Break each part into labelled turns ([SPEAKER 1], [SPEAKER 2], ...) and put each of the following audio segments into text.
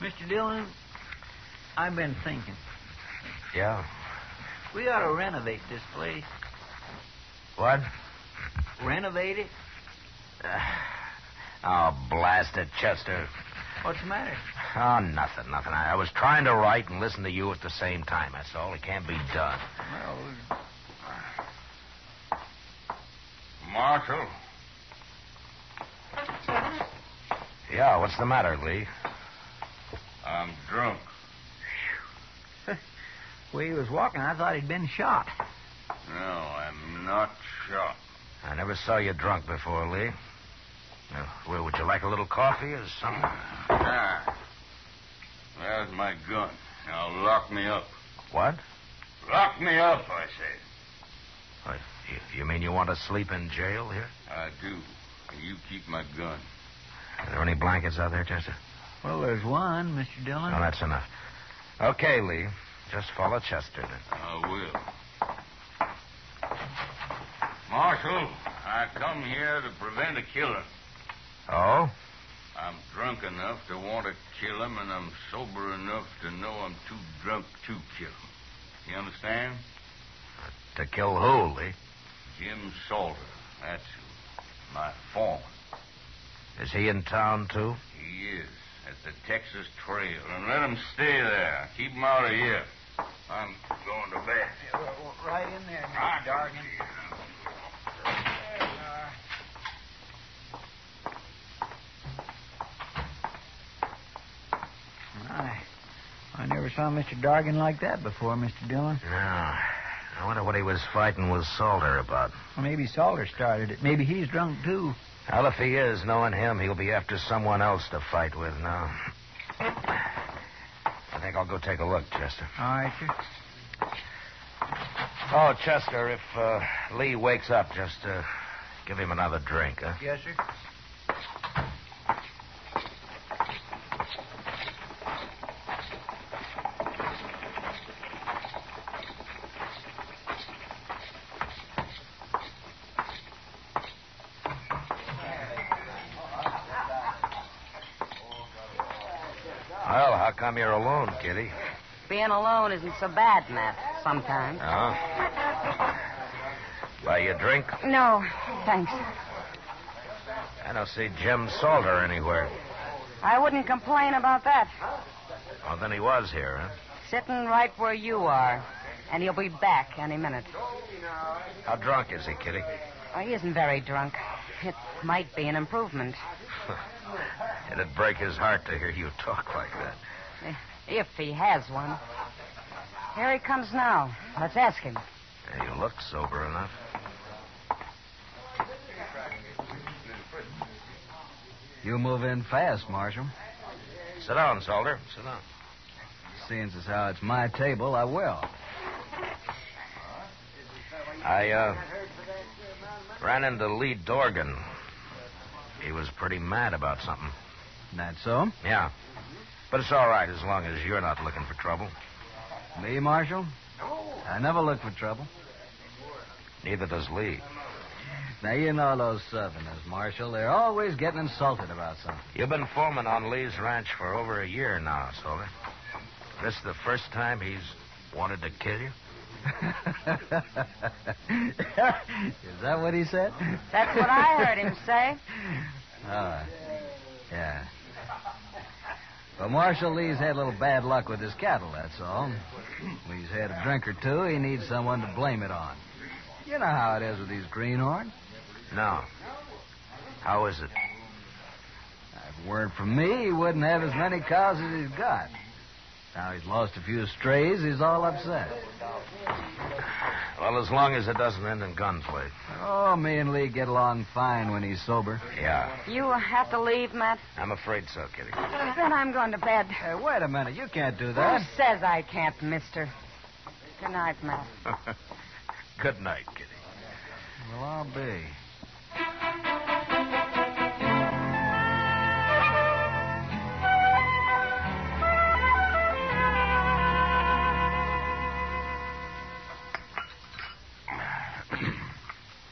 [SPEAKER 1] Mr. Dillon, I've been thinking.
[SPEAKER 2] Yeah.
[SPEAKER 1] We ought to renovate this place.
[SPEAKER 2] What?
[SPEAKER 1] Renovate it?
[SPEAKER 2] Oh, blast it, Chester.
[SPEAKER 1] What's the matter?
[SPEAKER 2] Oh, nothing, nothing. I, I was trying to write and listen to you at the same time. That's all. It can't be done.
[SPEAKER 1] Well,
[SPEAKER 3] Marshal,
[SPEAKER 2] Yeah, what's the matter, Lee?
[SPEAKER 3] I'm drunk.
[SPEAKER 1] way he was walking, I thought he'd been shot.
[SPEAKER 3] No, I'm not shot.
[SPEAKER 2] I never saw you drunk before, Lee. Uh, well, would you like a little coffee or something?
[SPEAKER 3] Ah. There's my gun. Now lock me up.
[SPEAKER 2] What?
[SPEAKER 3] Lock me up, I say.
[SPEAKER 2] What, you, you mean you want to sleep in jail here?
[SPEAKER 3] I do. You keep my gun.
[SPEAKER 2] Are there any blankets out there, Chester?
[SPEAKER 1] Well, there's one, Mr. Dillon.
[SPEAKER 2] No, that's enough. Okay, Lee. Just follow Chester. then.
[SPEAKER 3] I will. Marshal, I come here to prevent a killing.
[SPEAKER 2] Oh?
[SPEAKER 3] I'm drunk enough to want to kill him, and I'm sober enough to know I'm too drunk to kill him. You understand?
[SPEAKER 2] To kill who, Lee?
[SPEAKER 3] Jim Salter. That's who. My foreman.
[SPEAKER 2] Is he in town, too?
[SPEAKER 3] He is at the Texas Trail. And let him stay there. Keep him out of here. I'm going to bed.
[SPEAKER 1] Right in there,
[SPEAKER 3] I
[SPEAKER 1] Mr.
[SPEAKER 3] can
[SPEAKER 1] Dargan.
[SPEAKER 3] see it.
[SPEAKER 1] uh, I, I never saw Mr. Dargan like that before, Mr. Dillon.
[SPEAKER 2] No. I wonder what he was fighting with Salter about.
[SPEAKER 1] Maybe Salter started it. Maybe he's drunk, too.
[SPEAKER 2] Well, if he is, knowing him, he'll be after someone else to fight with now. I think I'll go take a look, Chester.
[SPEAKER 1] All right, sir.
[SPEAKER 2] Oh, Chester, if uh, Lee wakes up, just uh, give him another drink, huh?
[SPEAKER 1] Yes, sir.
[SPEAKER 2] Well, how come you're alone, Kitty?
[SPEAKER 4] Being alone isn't so bad, Matt, sometimes.
[SPEAKER 2] Huh? Buy you a drink?
[SPEAKER 4] No, thanks.
[SPEAKER 2] I don't see Jim Salter anywhere.
[SPEAKER 4] I wouldn't complain about that.
[SPEAKER 2] Well, then he was here, huh?
[SPEAKER 4] Sitting right where you are. And he'll be back any minute.
[SPEAKER 2] How drunk is he, Kitty?
[SPEAKER 4] Oh, he isn't very drunk. It might be an improvement.
[SPEAKER 2] It'd break his heart to hear you talk like that.
[SPEAKER 4] If he has one. Here he comes now. Let's ask him.
[SPEAKER 2] Yeah, you look sober enough.
[SPEAKER 5] You move in fast, Marshal.
[SPEAKER 2] Sit down, Salter. Sit down.
[SPEAKER 5] Seeing as how it's my table, I will.
[SPEAKER 2] I uh, ran into Lee Dorgan. He was pretty mad about something.
[SPEAKER 5] That so?
[SPEAKER 2] Yeah. But it's all right as long as you're not looking for trouble.
[SPEAKER 5] Me, Marshal? I never look for trouble.
[SPEAKER 2] Neither does Lee.
[SPEAKER 5] Now, you know those Southerners, Marshal. They're always getting insulted about something.
[SPEAKER 2] You've been foreman on Lee's ranch for over a year now, Salter. This the first time he's wanted to kill you?
[SPEAKER 5] Is that what he said?
[SPEAKER 4] That's what I heard him say.
[SPEAKER 5] Ah, yeah. Well, Marshal Lee's had a little bad luck with his cattle, that's all. When he's had a drink or two, he needs someone to blame it on. You know how it is with these greenhorns.
[SPEAKER 2] No. How is it?
[SPEAKER 5] If it weren't for me, he wouldn't have as many cows as he's got. Now he's lost a few strays, he's all upset.
[SPEAKER 2] Well, as long as it doesn't end in gunplay.
[SPEAKER 5] Oh, me and Lee get along fine when he's sober.
[SPEAKER 2] Yeah.
[SPEAKER 4] You have to leave, Matt.
[SPEAKER 2] I'm afraid so, Kitty.
[SPEAKER 4] Then I'm going to bed.
[SPEAKER 5] Hey, wait a minute. You can't do
[SPEAKER 4] Who
[SPEAKER 5] that.
[SPEAKER 4] says I can't, mister? Good night, Matt.
[SPEAKER 2] Good night, Kitty.
[SPEAKER 5] Well, I'll be.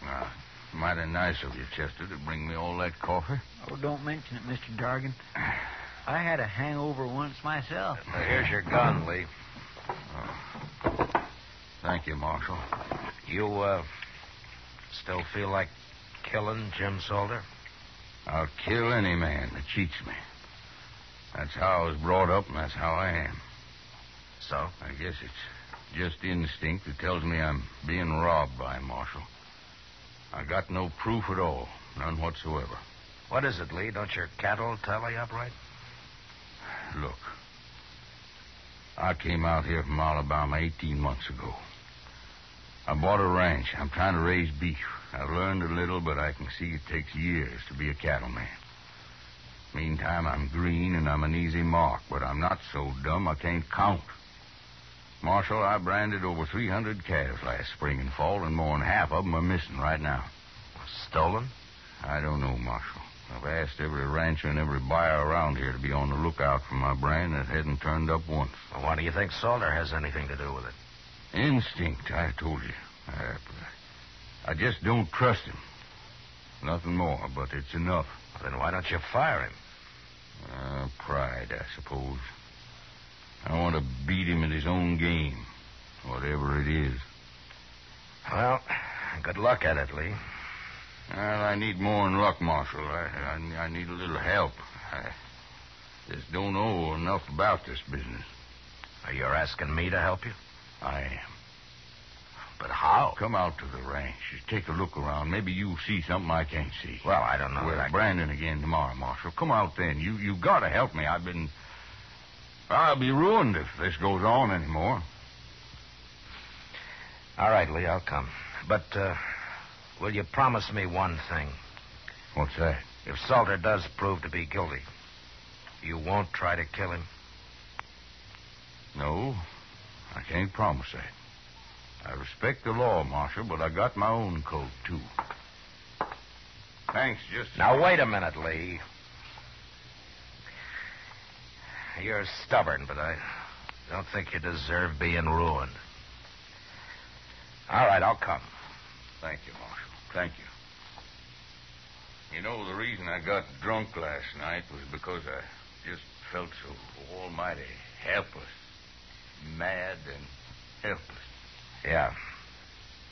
[SPEAKER 3] Ah, mighty nice of you, Chester, to bring me all that coffee.
[SPEAKER 1] Oh, don't mention it, Mr. Dargan. I had a hangover once myself.
[SPEAKER 2] Now, here's your gun, Lee. Oh.
[SPEAKER 3] Thank you, Marshal.
[SPEAKER 2] You, uh, still feel like killing Jim Salter?
[SPEAKER 3] I'll kill any man that cheats me. That's how I was brought up, and that's how I am.
[SPEAKER 2] So?
[SPEAKER 3] I guess it's just instinct that tells me I'm being robbed by him, Marshal. I got no proof at all, none whatsoever.
[SPEAKER 2] What is it, Lee? Don't your cattle tally up right?
[SPEAKER 3] Look, I came out here from Alabama 18 months ago. I bought a ranch. I'm trying to raise beef. I've learned a little, but I can see it takes years to be a cattleman. Meantime, I'm green and I'm an easy mark, but I'm not so dumb I can't count. Marshal, I branded over 300 calves last spring and fall, and more than half of 'em are missing right now.
[SPEAKER 2] Stolen?
[SPEAKER 3] I don't know, Marshal. I've asked every rancher and every buyer around here to be on the lookout for my brand that hadn't turned up once.
[SPEAKER 2] Well, why do you think Salter has anything to do with it?
[SPEAKER 3] Instinct, I told you. I, I just don't trust him. Nothing more, but it's enough.
[SPEAKER 2] Then why don't you fire him?
[SPEAKER 3] Uh, pride, I suppose. I want to beat him at his own game, whatever it is.
[SPEAKER 2] Well, good luck at it, Lee.
[SPEAKER 3] Well, I need more than luck, Marshal. I, I, I need a little help. I just don't know enough about this business.
[SPEAKER 2] You're asking me to help you?
[SPEAKER 3] I am.
[SPEAKER 2] But how?
[SPEAKER 3] Come out to the ranch. Just take a look around. Maybe you'll see something I can't see.
[SPEAKER 2] Well, I don't know.
[SPEAKER 3] We're
[SPEAKER 2] that I-
[SPEAKER 3] at Brandon again tomorrow, Marshal. Come out then. You you gotta help me. I've been I'll be ruined if this goes on anymore.
[SPEAKER 2] All right, Lee, I'll come. But uh, will you promise me one thing?
[SPEAKER 3] What's that?
[SPEAKER 2] If Salter does prove to be guilty, you won't try to kill him.
[SPEAKER 3] No. I can't promise that. I respect the law, Marshal, but I got my own code, too. Thanks, just
[SPEAKER 2] Now, wait a minute, Lee. You're stubborn, but I don't think you deserve being ruined. All right, I'll come.
[SPEAKER 3] Thank you, Marshal. Thank you. You know, the reason I got drunk last night was because I just felt so almighty helpless, mad, and helpless.
[SPEAKER 2] Yeah.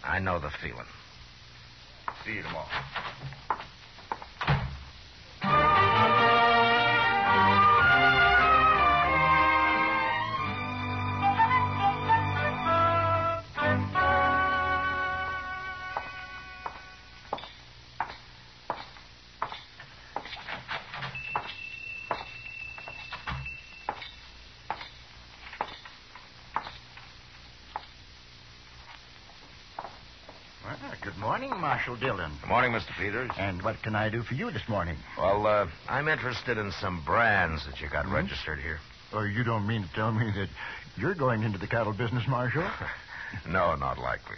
[SPEAKER 2] I know the feeling.
[SPEAKER 3] See you tomorrow.
[SPEAKER 1] good morning, Marshal Dillon.
[SPEAKER 2] Good morning, Mr. Peters.
[SPEAKER 3] Uh,
[SPEAKER 1] And what can I do for you this morning?
[SPEAKER 2] Well, uh, I'm interested in some brands that you got
[SPEAKER 1] Hmm?
[SPEAKER 2] registered here.
[SPEAKER 1] Oh, you don't mean to tell me that you're going into the cattle business, Marshal?
[SPEAKER 2] No, not likely.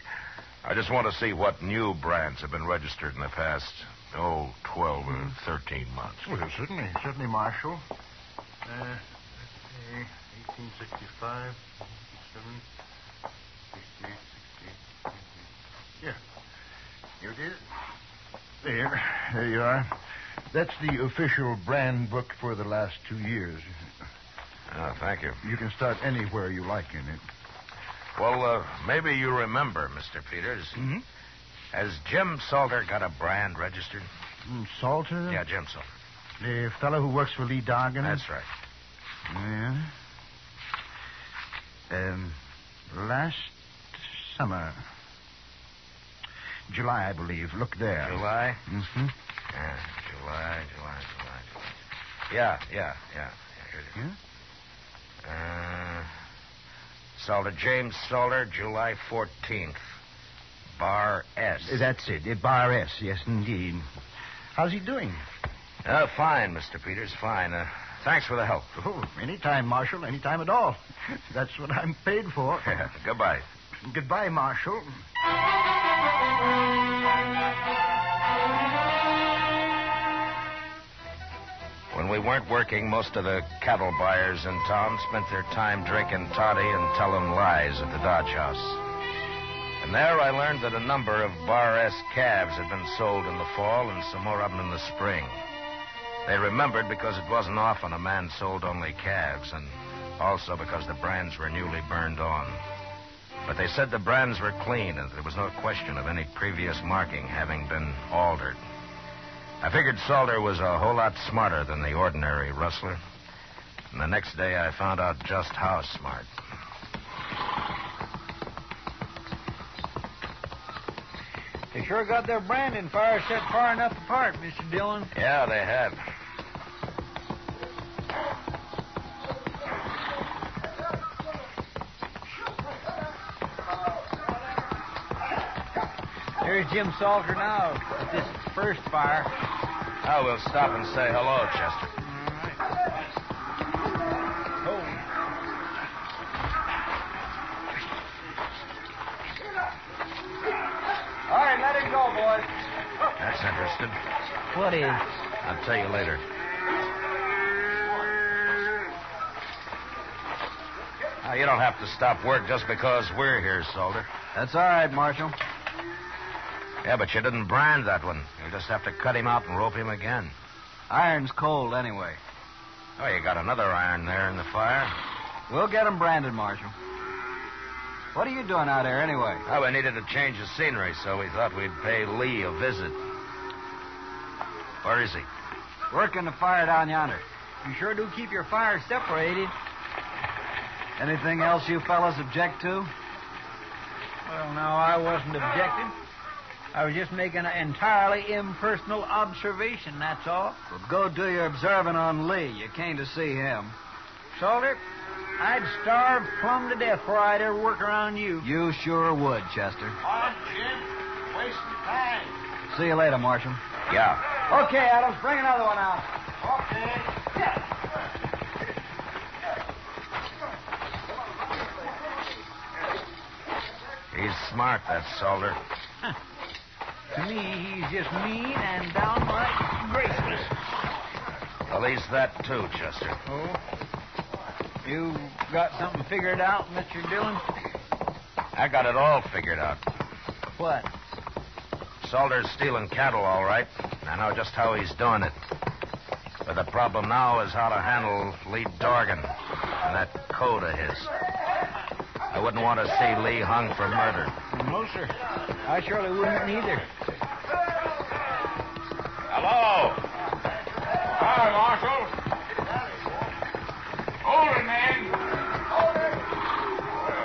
[SPEAKER 2] I just want to see what new brands have been registered in the past, oh, 12 or 13 months.
[SPEAKER 1] Well, certainly, certainly, Marshal. Uh, let's see, 1865, 67, 68, 68. Yeah, here it is. There, there you are. That's the official brand book for the last two years.
[SPEAKER 2] Oh, thank you.
[SPEAKER 1] Ah, You can start anywhere you like in it.
[SPEAKER 2] Well, uh, maybe you remember, Mr. Peters.
[SPEAKER 1] Mm-hmm.
[SPEAKER 2] Has Jim Salter got a brand registered?
[SPEAKER 1] Mm, Salter?
[SPEAKER 2] Yeah, Jim Salter.
[SPEAKER 1] The fellow who works for Lee Dargan?
[SPEAKER 2] That's right.
[SPEAKER 1] Yeah. Um, last summer. July, I believe. Look there.
[SPEAKER 2] July?
[SPEAKER 1] Mm-hmm.
[SPEAKER 2] Yeah, July, July, July, July. Yeah, yeah, yeah. Here it is.
[SPEAKER 1] Yeah?
[SPEAKER 2] Uh, Salter, James Salter, July 14th. Bar S.
[SPEAKER 1] That's it. The Bar S. Yes, indeed. How's he doing?
[SPEAKER 2] Uh, fine, Mr. Peters, fine. Uh, thanks for the help.
[SPEAKER 1] Oh, anytime, Marshal. Anytime at all. That's what I'm paid for.
[SPEAKER 2] Goodbye.
[SPEAKER 1] Goodbye, Marshal.
[SPEAKER 2] When we weren't working, most of the cattle buyers in town spent their time drinking toddy and telling lies at the Dodge House. And there I learned that a number of Bar S calves had been sold in the fall and some more of them in the spring. They remembered because it wasn't often a man sold only calves, and also because the brands were newly burned on. But they said the brands were clean, and there was no question of any previous marking having been altered. I figured Salter was a whole lot smarter than the ordinary rustler. And the next day I found out just how smart.
[SPEAKER 5] They sure got their branding fire set far enough apart, Mr. Dillon.
[SPEAKER 2] Yeah, they have.
[SPEAKER 5] There's Jim Salter now at this first fire.
[SPEAKER 2] I will stop and say hello, Chester.
[SPEAKER 5] All right, let him go, boys.
[SPEAKER 2] That's interested.
[SPEAKER 5] What is?
[SPEAKER 2] I'll tell you later. Now, you don't have to stop work just because we're here, Solder.
[SPEAKER 5] That's all right, Marshal.
[SPEAKER 2] Yeah, but you didn't brand that one. You'll just have to cut him out and rope him again.
[SPEAKER 5] Iron's cold anyway.
[SPEAKER 2] Oh, you got another iron there in the fire.
[SPEAKER 5] We'll get him branded, Marshal. What are you doing out there anyway?
[SPEAKER 2] Oh, we needed a change of scenery, so we thought we'd pay Lee a visit. Where is he?
[SPEAKER 5] Working the fire down yonder. You sure do keep your fire separated. Anything else you fellas object to? Well, no, I wasn't objecting. I was just making an entirely impersonal observation, that's all. Well, go do your observing on Lee. You came to see him. Soldier, I'd starve plumb to death before I'd ever work around you. You sure would, Chester.
[SPEAKER 1] On, Jim. Wasting time.
[SPEAKER 5] See you later, Marshal.
[SPEAKER 2] Yeah.
[SPEAKER 5] Okay, Adams, bring another one out.
[SPEAKER 1] Okay.
[SPEAKER 2] He's smart, that Solder.
[SPEAKER 5] To me, he's just mean and downright graceless.
[SPEAKER 2] Well, he's that too, Chester.
[SPEAKER 5] Oh? You got something figured out, Mr. Dillon?
[SPEAKER 2] I got it all figured out.
[SPEAKER 5] What?
[SPEAKER 2] Salter's stealing cattle, all right. I know just how he's doing it. But the problem now is how to handle Lee Dorgan and that code of his. I wouldn't want to see Lee hung for murder.
[SPEAKER 5] No, sir. I surely wouldn't either.
[SPEAKER 2] Hello!
[SPEAKER 1] Hi, Marshal. Older man.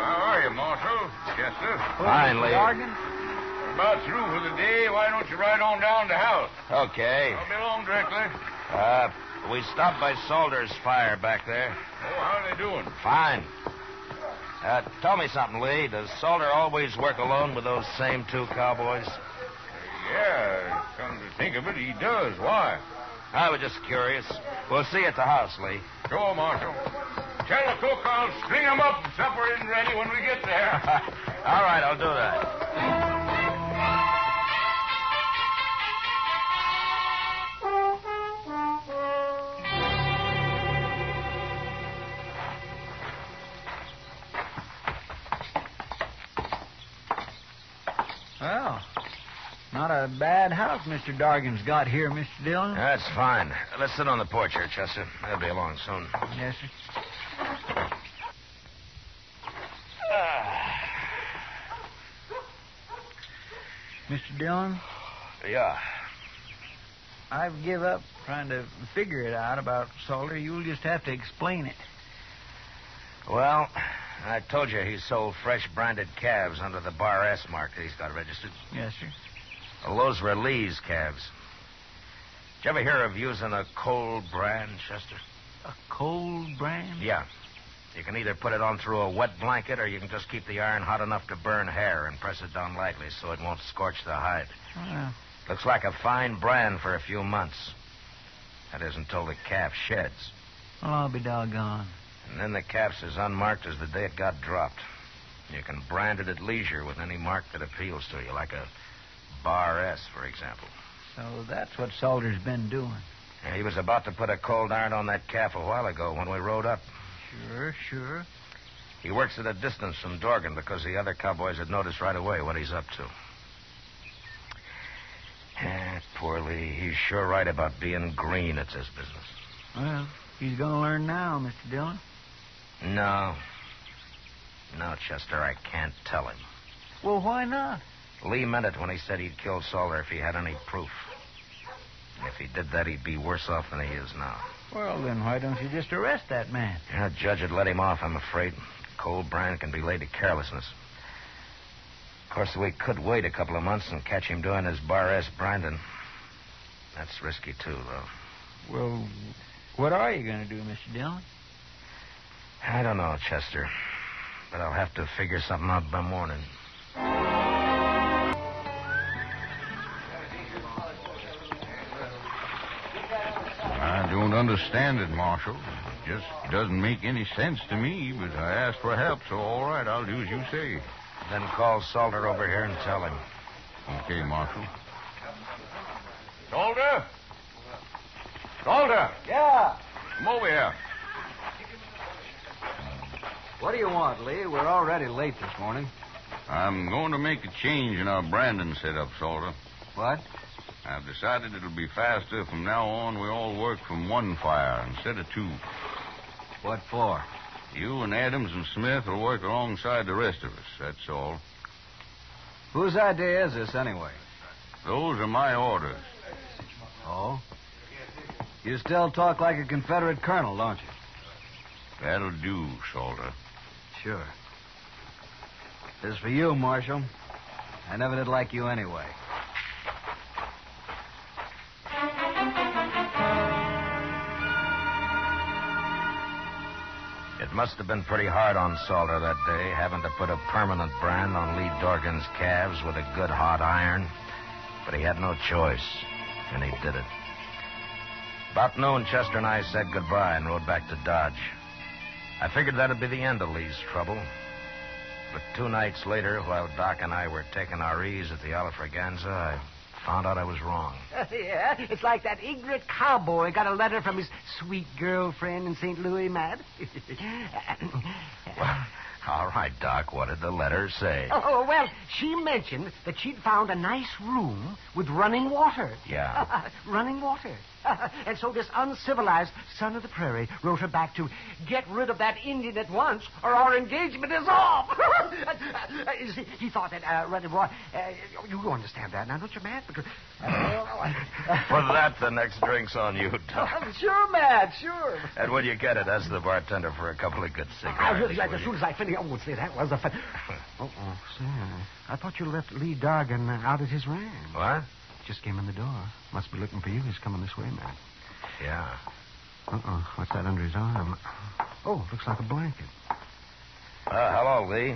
[SPEAKER 3] How are you, Marshal? Chester?
[SPEAKER 2] Fine, Lee.
[SPEAKER 3] About through for the day. Why don't you ride on down to house?
[SPEAKER 2] Okay.
[SPEAKER 3] I'll be along directly.
[SPEAKER 2] Uh, we stopped by Salter's fire back there.
[SPEAKER 3] Oh, how are they doing?
[SPEAKER 2] Fine. Uh, tell me something, Lee. Does Salter always work alone with those same two cowboys?
[SPEAKER 3] Yeah, come to think of it, he does. Why?
[SPEAKER 2] I was just curious. We'll see you at the house, Lee.
[SPEAKER 3] Sure, Marshal. Tell the cook I'll string 'em up and supper isn't ready when we get there.
[SPEAKER 2] All right, I'll do that.
[SPEAKER 5] Well, Oh. not a bad house Mr. Dargan's got here, Mr. Dillon.
[SPEAKER 2] That's fine. Let's sit on the porch here, Chester. They'll be along soon.
[SPEAKER 5] Yes, sir. Mr. Dillon,
[SPEAKER 2] Yeah.
[SPEAKER 5] I've give up trying to figure it out about Salter. You'll just have to explain it.
[SPEAKER 2] Well, I told you he sold fresh branded calves under the Bar S mark that he's got registered.
[SPEAKER 5] Yes, sir.
[SPEAKER 2] Well, those were Lee's calves. Did you ever hear of using a cold brand, Chester?
[SPEAKER 5] A cold brand?
[SPEAKER 2] Yeah. You can either put it on through a wet blanket or you can just keep the iron hot enough to burn hair and press it down lightly so it won't scorch the hide.
[SPEAKER 5] Well,
[SPEAKER 6] Ah,
[SPEAKER 2] Looks like a fine brand for a few months. That is until the calf sheds.
[SPEAKER 5] well, I'll be doggone.
[SPEAKER 2] And then the calf's as unmarked as the day it got dropped. You can brand it at leisure with any mark that appeals to you, like a Bar S, for example.
[SPEAKER 5] So that's what Salter's been doing.
[SPEAKER 2] Yeah, He was about to put a cold iron on that calf a while ago when we rode up.
[SPEAKER 5] Sure, sure.
[SPEAKER 2] He works at a distance from Dorgan because the other cowboys had noticed right away what he's up to. Uh, That poor Lee. He's sure right about being green. It's his business.
[SPEAKER 6] Well, he's going to learn now, Mr. Dillon.
[SPEAKER 2] No. No, Chester, I can't tell him.
[SPEAKER 6] Well, why not?
[SPEAKER 2] Lee meant it when he said he'd kill Salter if he had any proof. And if he did that, he'd be worse off than he is now.
[SPEAKER 6] Well, then why don't you just arrest that man?
[SPEAKER 2] Yeah, judge would let him off, I'm afraid. Cold brand can be laid to carelessness. Of course, we could wait a couple of months and catch him doing his bar S branding. That's risky, too, though.
[SPEAKER 6] Well, what are you going to do, Mr. Dillon?
[SPEAKER 2] I don't know, Chester. But I'll have to figure something out by morning.
[SPEAKER 3] I don't understand it, Marshal. It just doesn't make any sense to me, but I asked for help, so all right, I'll do as you say.
[SPEAKER 2] Then call Salter over here and tell him.
[SPEAKER 3] Okay, Marshal.
[SPEAKER 1] Solder! Solder!
[SPEAKER 5] Yeah.
[SPEAKER 1] Come over here.
[SPEAKER 5] What do you want, Lee? We're already late this morning.
[SPEAKER 3] I'm going to make a change in our branding setup, Salter.
[SPEAKER 5] What?
[SPEAKER 3] I've decided it'll be faster from now on we all work from one fire instead of two.
[SPEAKER 5] What for?
[SPEAKER 3] You and Adams and Smith will work alongside the rest of us, that's all.
[SPEAKER 5] Whose idea is this anyway?
[SPEAKER 3] Those are my orders.
[SPEAKER 5] Oh? You still talk like a Confederate colonel, don't you?
[SPEAKER 3] That'll do, Salter.
[SPEAKER 5] Sure. As for you, Marshal, I never did like you anyway.
[SPEAKER 2] It must have been pretty hard on Salter that day, having to put a permanent brand on Lee Dorgan's calves with a good hot iron. But he had no choice, and he did it. About noon, Chester and I said goodbye and rode back to Dodge. I figured that'd be the end of Lee's trouble. But two nights later, while Doc and I were taking our ease at the Olive Fraganza, I found out I was wrong.
[SPEAKER 4] yeah, it's like that ignorant cowboy got a letter from his sweet girlfriend in St. Louis, Matt.
[SPEAKER 2] Well, all right, Doc, what did the letter say?
[SPEAKER 4] oh, well, she mentioned that she'd found a nice room with running water.
[SPEAKER 2] Yeah.
[SPEAKER 4] running water. and so this uncivilized son of the prairie wrote her back to get rid of that Indian at once, or our engagement is off. You see, he thought that uh, running water. Uh, you you understand that now, don't you, Matt? Because uh,
[SPEAKER 2] For that, the next drink's on you, Doc.
[SPEAKER 4] Oh, sure, Matt, sure.
[SPEAKER 2] And when you get it, ask the bartender for a couple of good cigars.
[SPEAKER 4] I really like
[SPEAKER 2] will
[SPEAKER 4] as
[SPEAKER 2] you?
[SPEAKER 4] soon as I finish. Oh, see, that was a fun. oh, say, I thought you left Lee Dargan uh, out at his ranch.
[SPEAKER 2] What?
[SPEAKER 4] Just came in the door. Must be looking for you. He's coming this way, Matt.
[SPEAKER 2] Yeah.
[SPEAKER 4] Uh-uh. What's that under his arm? Oh, looks like a blanket.
[SPEAKER 2] Uh, hello, Lee.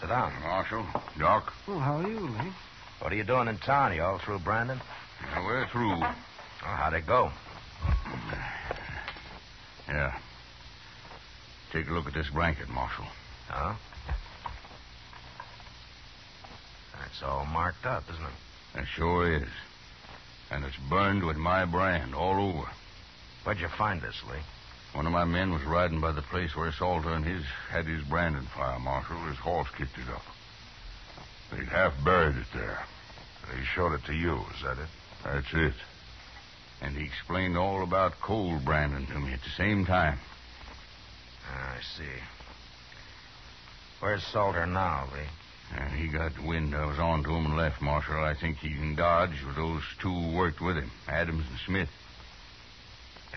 [SPEAKER 2] Sit down.
[SPEAKER 3] Marshal, Doc,
[SPEAKER 4] Well, how are you, Lee?
[SPEAKER 2] What are you doing in town? You all through, Brandon?
[SPEAKER 3] now we're through.
[SPEAKER 2] Oh, how'd it go?
[SPEAKER 3] Yeah. Take a look at this blanket, Marshal.
[SPEAKER 2] Huh? That's all marked up, isn't it?
[SPEAKER 3] It sure is. And it's burned with my brand all over.
[SPEAKER 2] Where'd you find this, Lee?
[SPEAKER 3] One of my men was riding by the place where Salter and his had his branding fire, Marshal. His horse kicked it up. They'd half buried it there. They showed it to you, is that it? That's it. And he explained all about cold branding to me at the same time.
[SPEAKER 2] Ah, I see. Where's Salter now, Lee?
[SPEAKER 3] And he got the wind I was on to him and left, Marshal. I think he can dodge with those two who worked with him, Adams and Smith.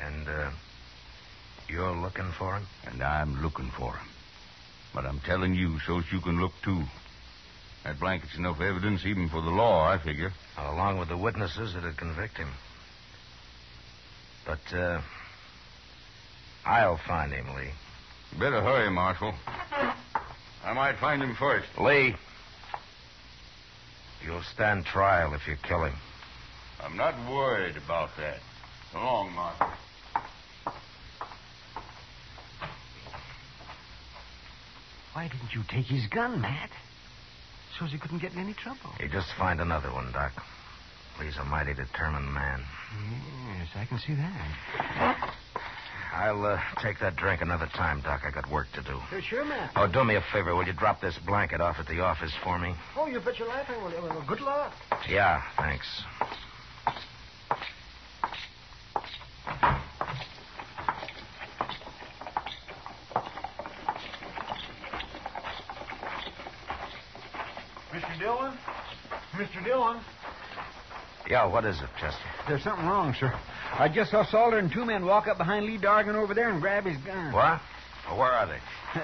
[SPEAKER 2] And, uh, you're looking for him?
[SPEAKER 3] And I'm looking for him. But I'm telling you so that you can look too. That blanket's enough evidence even for the law, I figure.
[SPEAKER 2] Along with the witnesses that'd convict him. But, uh, I'll find him, Lee.
[SPEAKER 3] Better hurry, Marshal. I might find him first.
[SPEAKER 2] Lee! You'll stand trial if you kill him.
[SPEAKER 3] I'm not worried about that. So long, Marshal.
[SPEAKER 4] Why didn't you take his gun, Matt? So's he couldn't get in any trouble.
[SPEAKER 2] You just find another one, Doc. Lee's a mighty determined man.
[SPEAKER 4] Yes, I can see that.
[SPEAKER 2] I'll uh, take that drink another time, Doc. I got work to do.
[SPEAKER 4] Uh, Sure, Matt.
[SPEAKER 2] Oh, do me a favor. Will you drop this blanket off at the office for me?
[SPEAKER 4] Oh, you bet your life I will. Well, Good luck.
[SPEAKER 2] Yeah, thanks.
[SPEAKER 7] Mr. Dillon.
[SPEAKER 2] Yeah, what is it, Chester?
[SPEAKER 4] There's something wrong, sir. I just saw Salter and two men walk up behind Lee Dargan over there and grab his gun.
[SPEAKER 2] What? Well, where are they?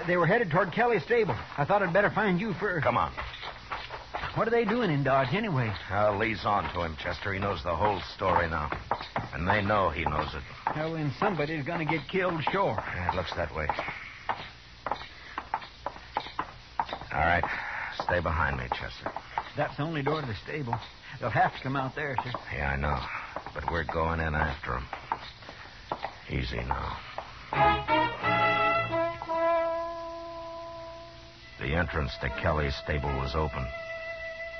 [SPEAKER 4] They were headed toward Kelly's stable. I thought I'd better find you first.
[SPEAKER 2] Come on.
[SPEAKER 4] What are they doing in Dodge anyway?
[SPEAKER 2] Uh, Lee's on to him, Chester. He knows the whole story now. And they know he knows it.
[SPEAKER 4] Well, then somebody's going to get killed, sure.
[SPEAKER 2] Yeah, it looks that way. All right. Stay behind me, Chester.
[SPEAKER 4] That's the only door to the stable. They'll have to come out there, sir.
[SPEAKER 2] Yeah, I know. But we're going in after him. Easy now. The entrance to Kelly's stable was open,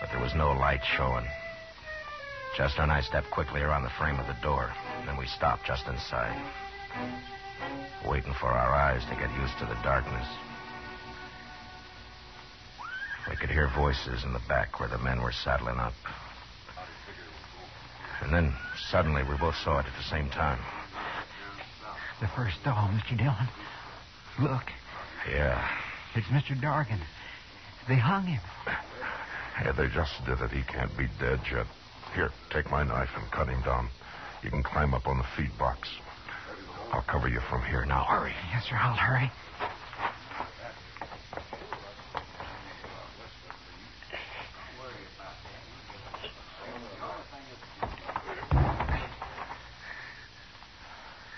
[SPEAKER 2] but there was no light showing. Chester and I stepped quickly around the frame of the door, and then we stopped just inside, waiting for our eyes to get used to the darkness. We could hear voices in the back where the men were saddling up. And then suddenly we both saw it at the same time.
[SPEAKER 4] The first stall, Mr. Dillon. Look,
[SPEAKER 2] Yeah.
[SPEAKER 4] it's Mr. Dargan. They hung him.
[SPEAKER 7] Yeah, they just did it. He can't be dead yet. Here, take my knife and cut him down. You can climb up on the feed box. I'll cover you from here now. Hurry.
[SPEAKER 4] Yes, sir, I'll hurry.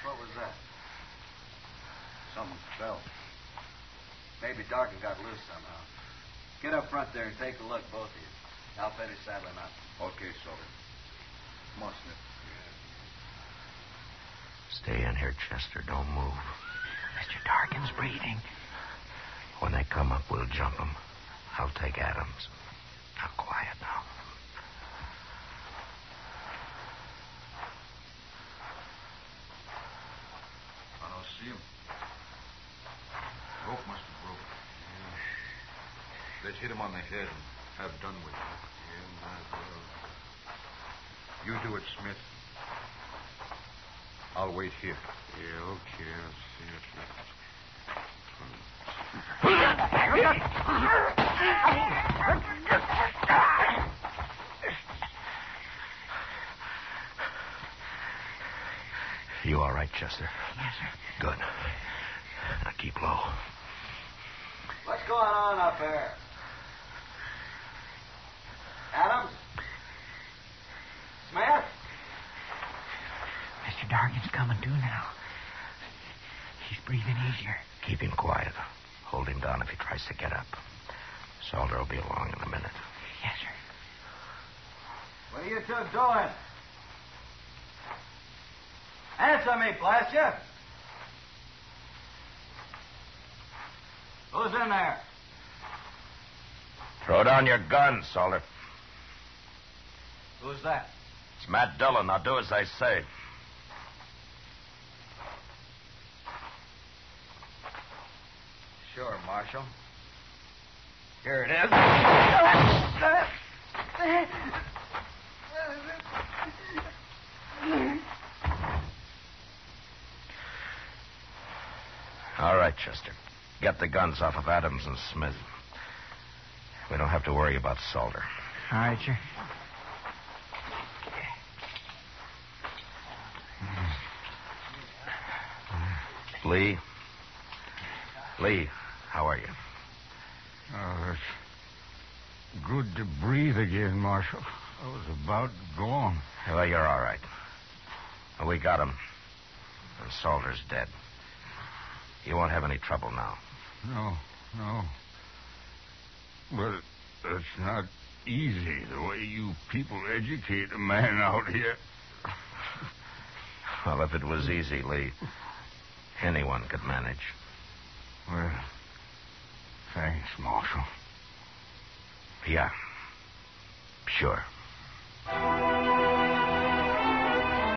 [SPEAKER 5] What was that? Something fell. Maybe Darkin got loose somehow. Get up front there and take a look, both of you. I'll finish saddling up. Okay, Silver. Come on, Smith.
[SPEAKER 2] Stay in here, Chester. Don't move.
[SPEAKER 4] Mr. Dargan's breathing.
[SPEAKER 2] When they come up, we'll jump them. I'll take Adams. Now, quiet now.
[SPEAKER 5] I don't see him. Rope must have broken. Let's hit him on the head and have done with him. You do it, Smith. I'll wait here. Yeah, okay, I'll see you.
[SPEAKER 2] You all right, Chester? Yes, sir. Good. Now keep low.
[SPEAKER 5] What's going on up there? Adams? Smith?
[SPEAKER 4] Mr. Dargan's coming to now. He's breathing easier.
[SPEAKER 2] Keep him quiet. Hold him down if he tries to get up. Salter will be along in a minute.
[SPEAKER 4] Yes, sir.
[SPEAKER 5] What are you two doing? Answer me, blast you. Who's in there?
[SPEAKER 2] Throw down your gun, Salter.
[SPEAKER 5] Who's that?
[SPEAKER 2] It's Matt Dillon. Now do as I say.
[SPEAKER 5] Sure, Marshal. Here it is.
[SPEAKER 2] All right, Chester. Get the guns off of Adams and Smith. We don't have to worry about Salter.
[SPEAKER 4] All right, sir.
[SPEAKER 2] Lee? Lee, how are you?
[SPEAKER 3] Oh, it's good to breathe again, Marshal. I was about gone.
[SPEAKER 2] Well, you're all right. We got him. And Salter's dead. You won't have any trouble now.
[SPEAKER 3] No, no. But it's not easy the way you people educate a man out here.
[SPEAKER 2] Well, if it was easy, Lee, anyone could manage.
[SPEAKER 3] Well, thanks, Marshal.
[SPEAKER 2] Yeah. Sure.
[SPEAKER 5] All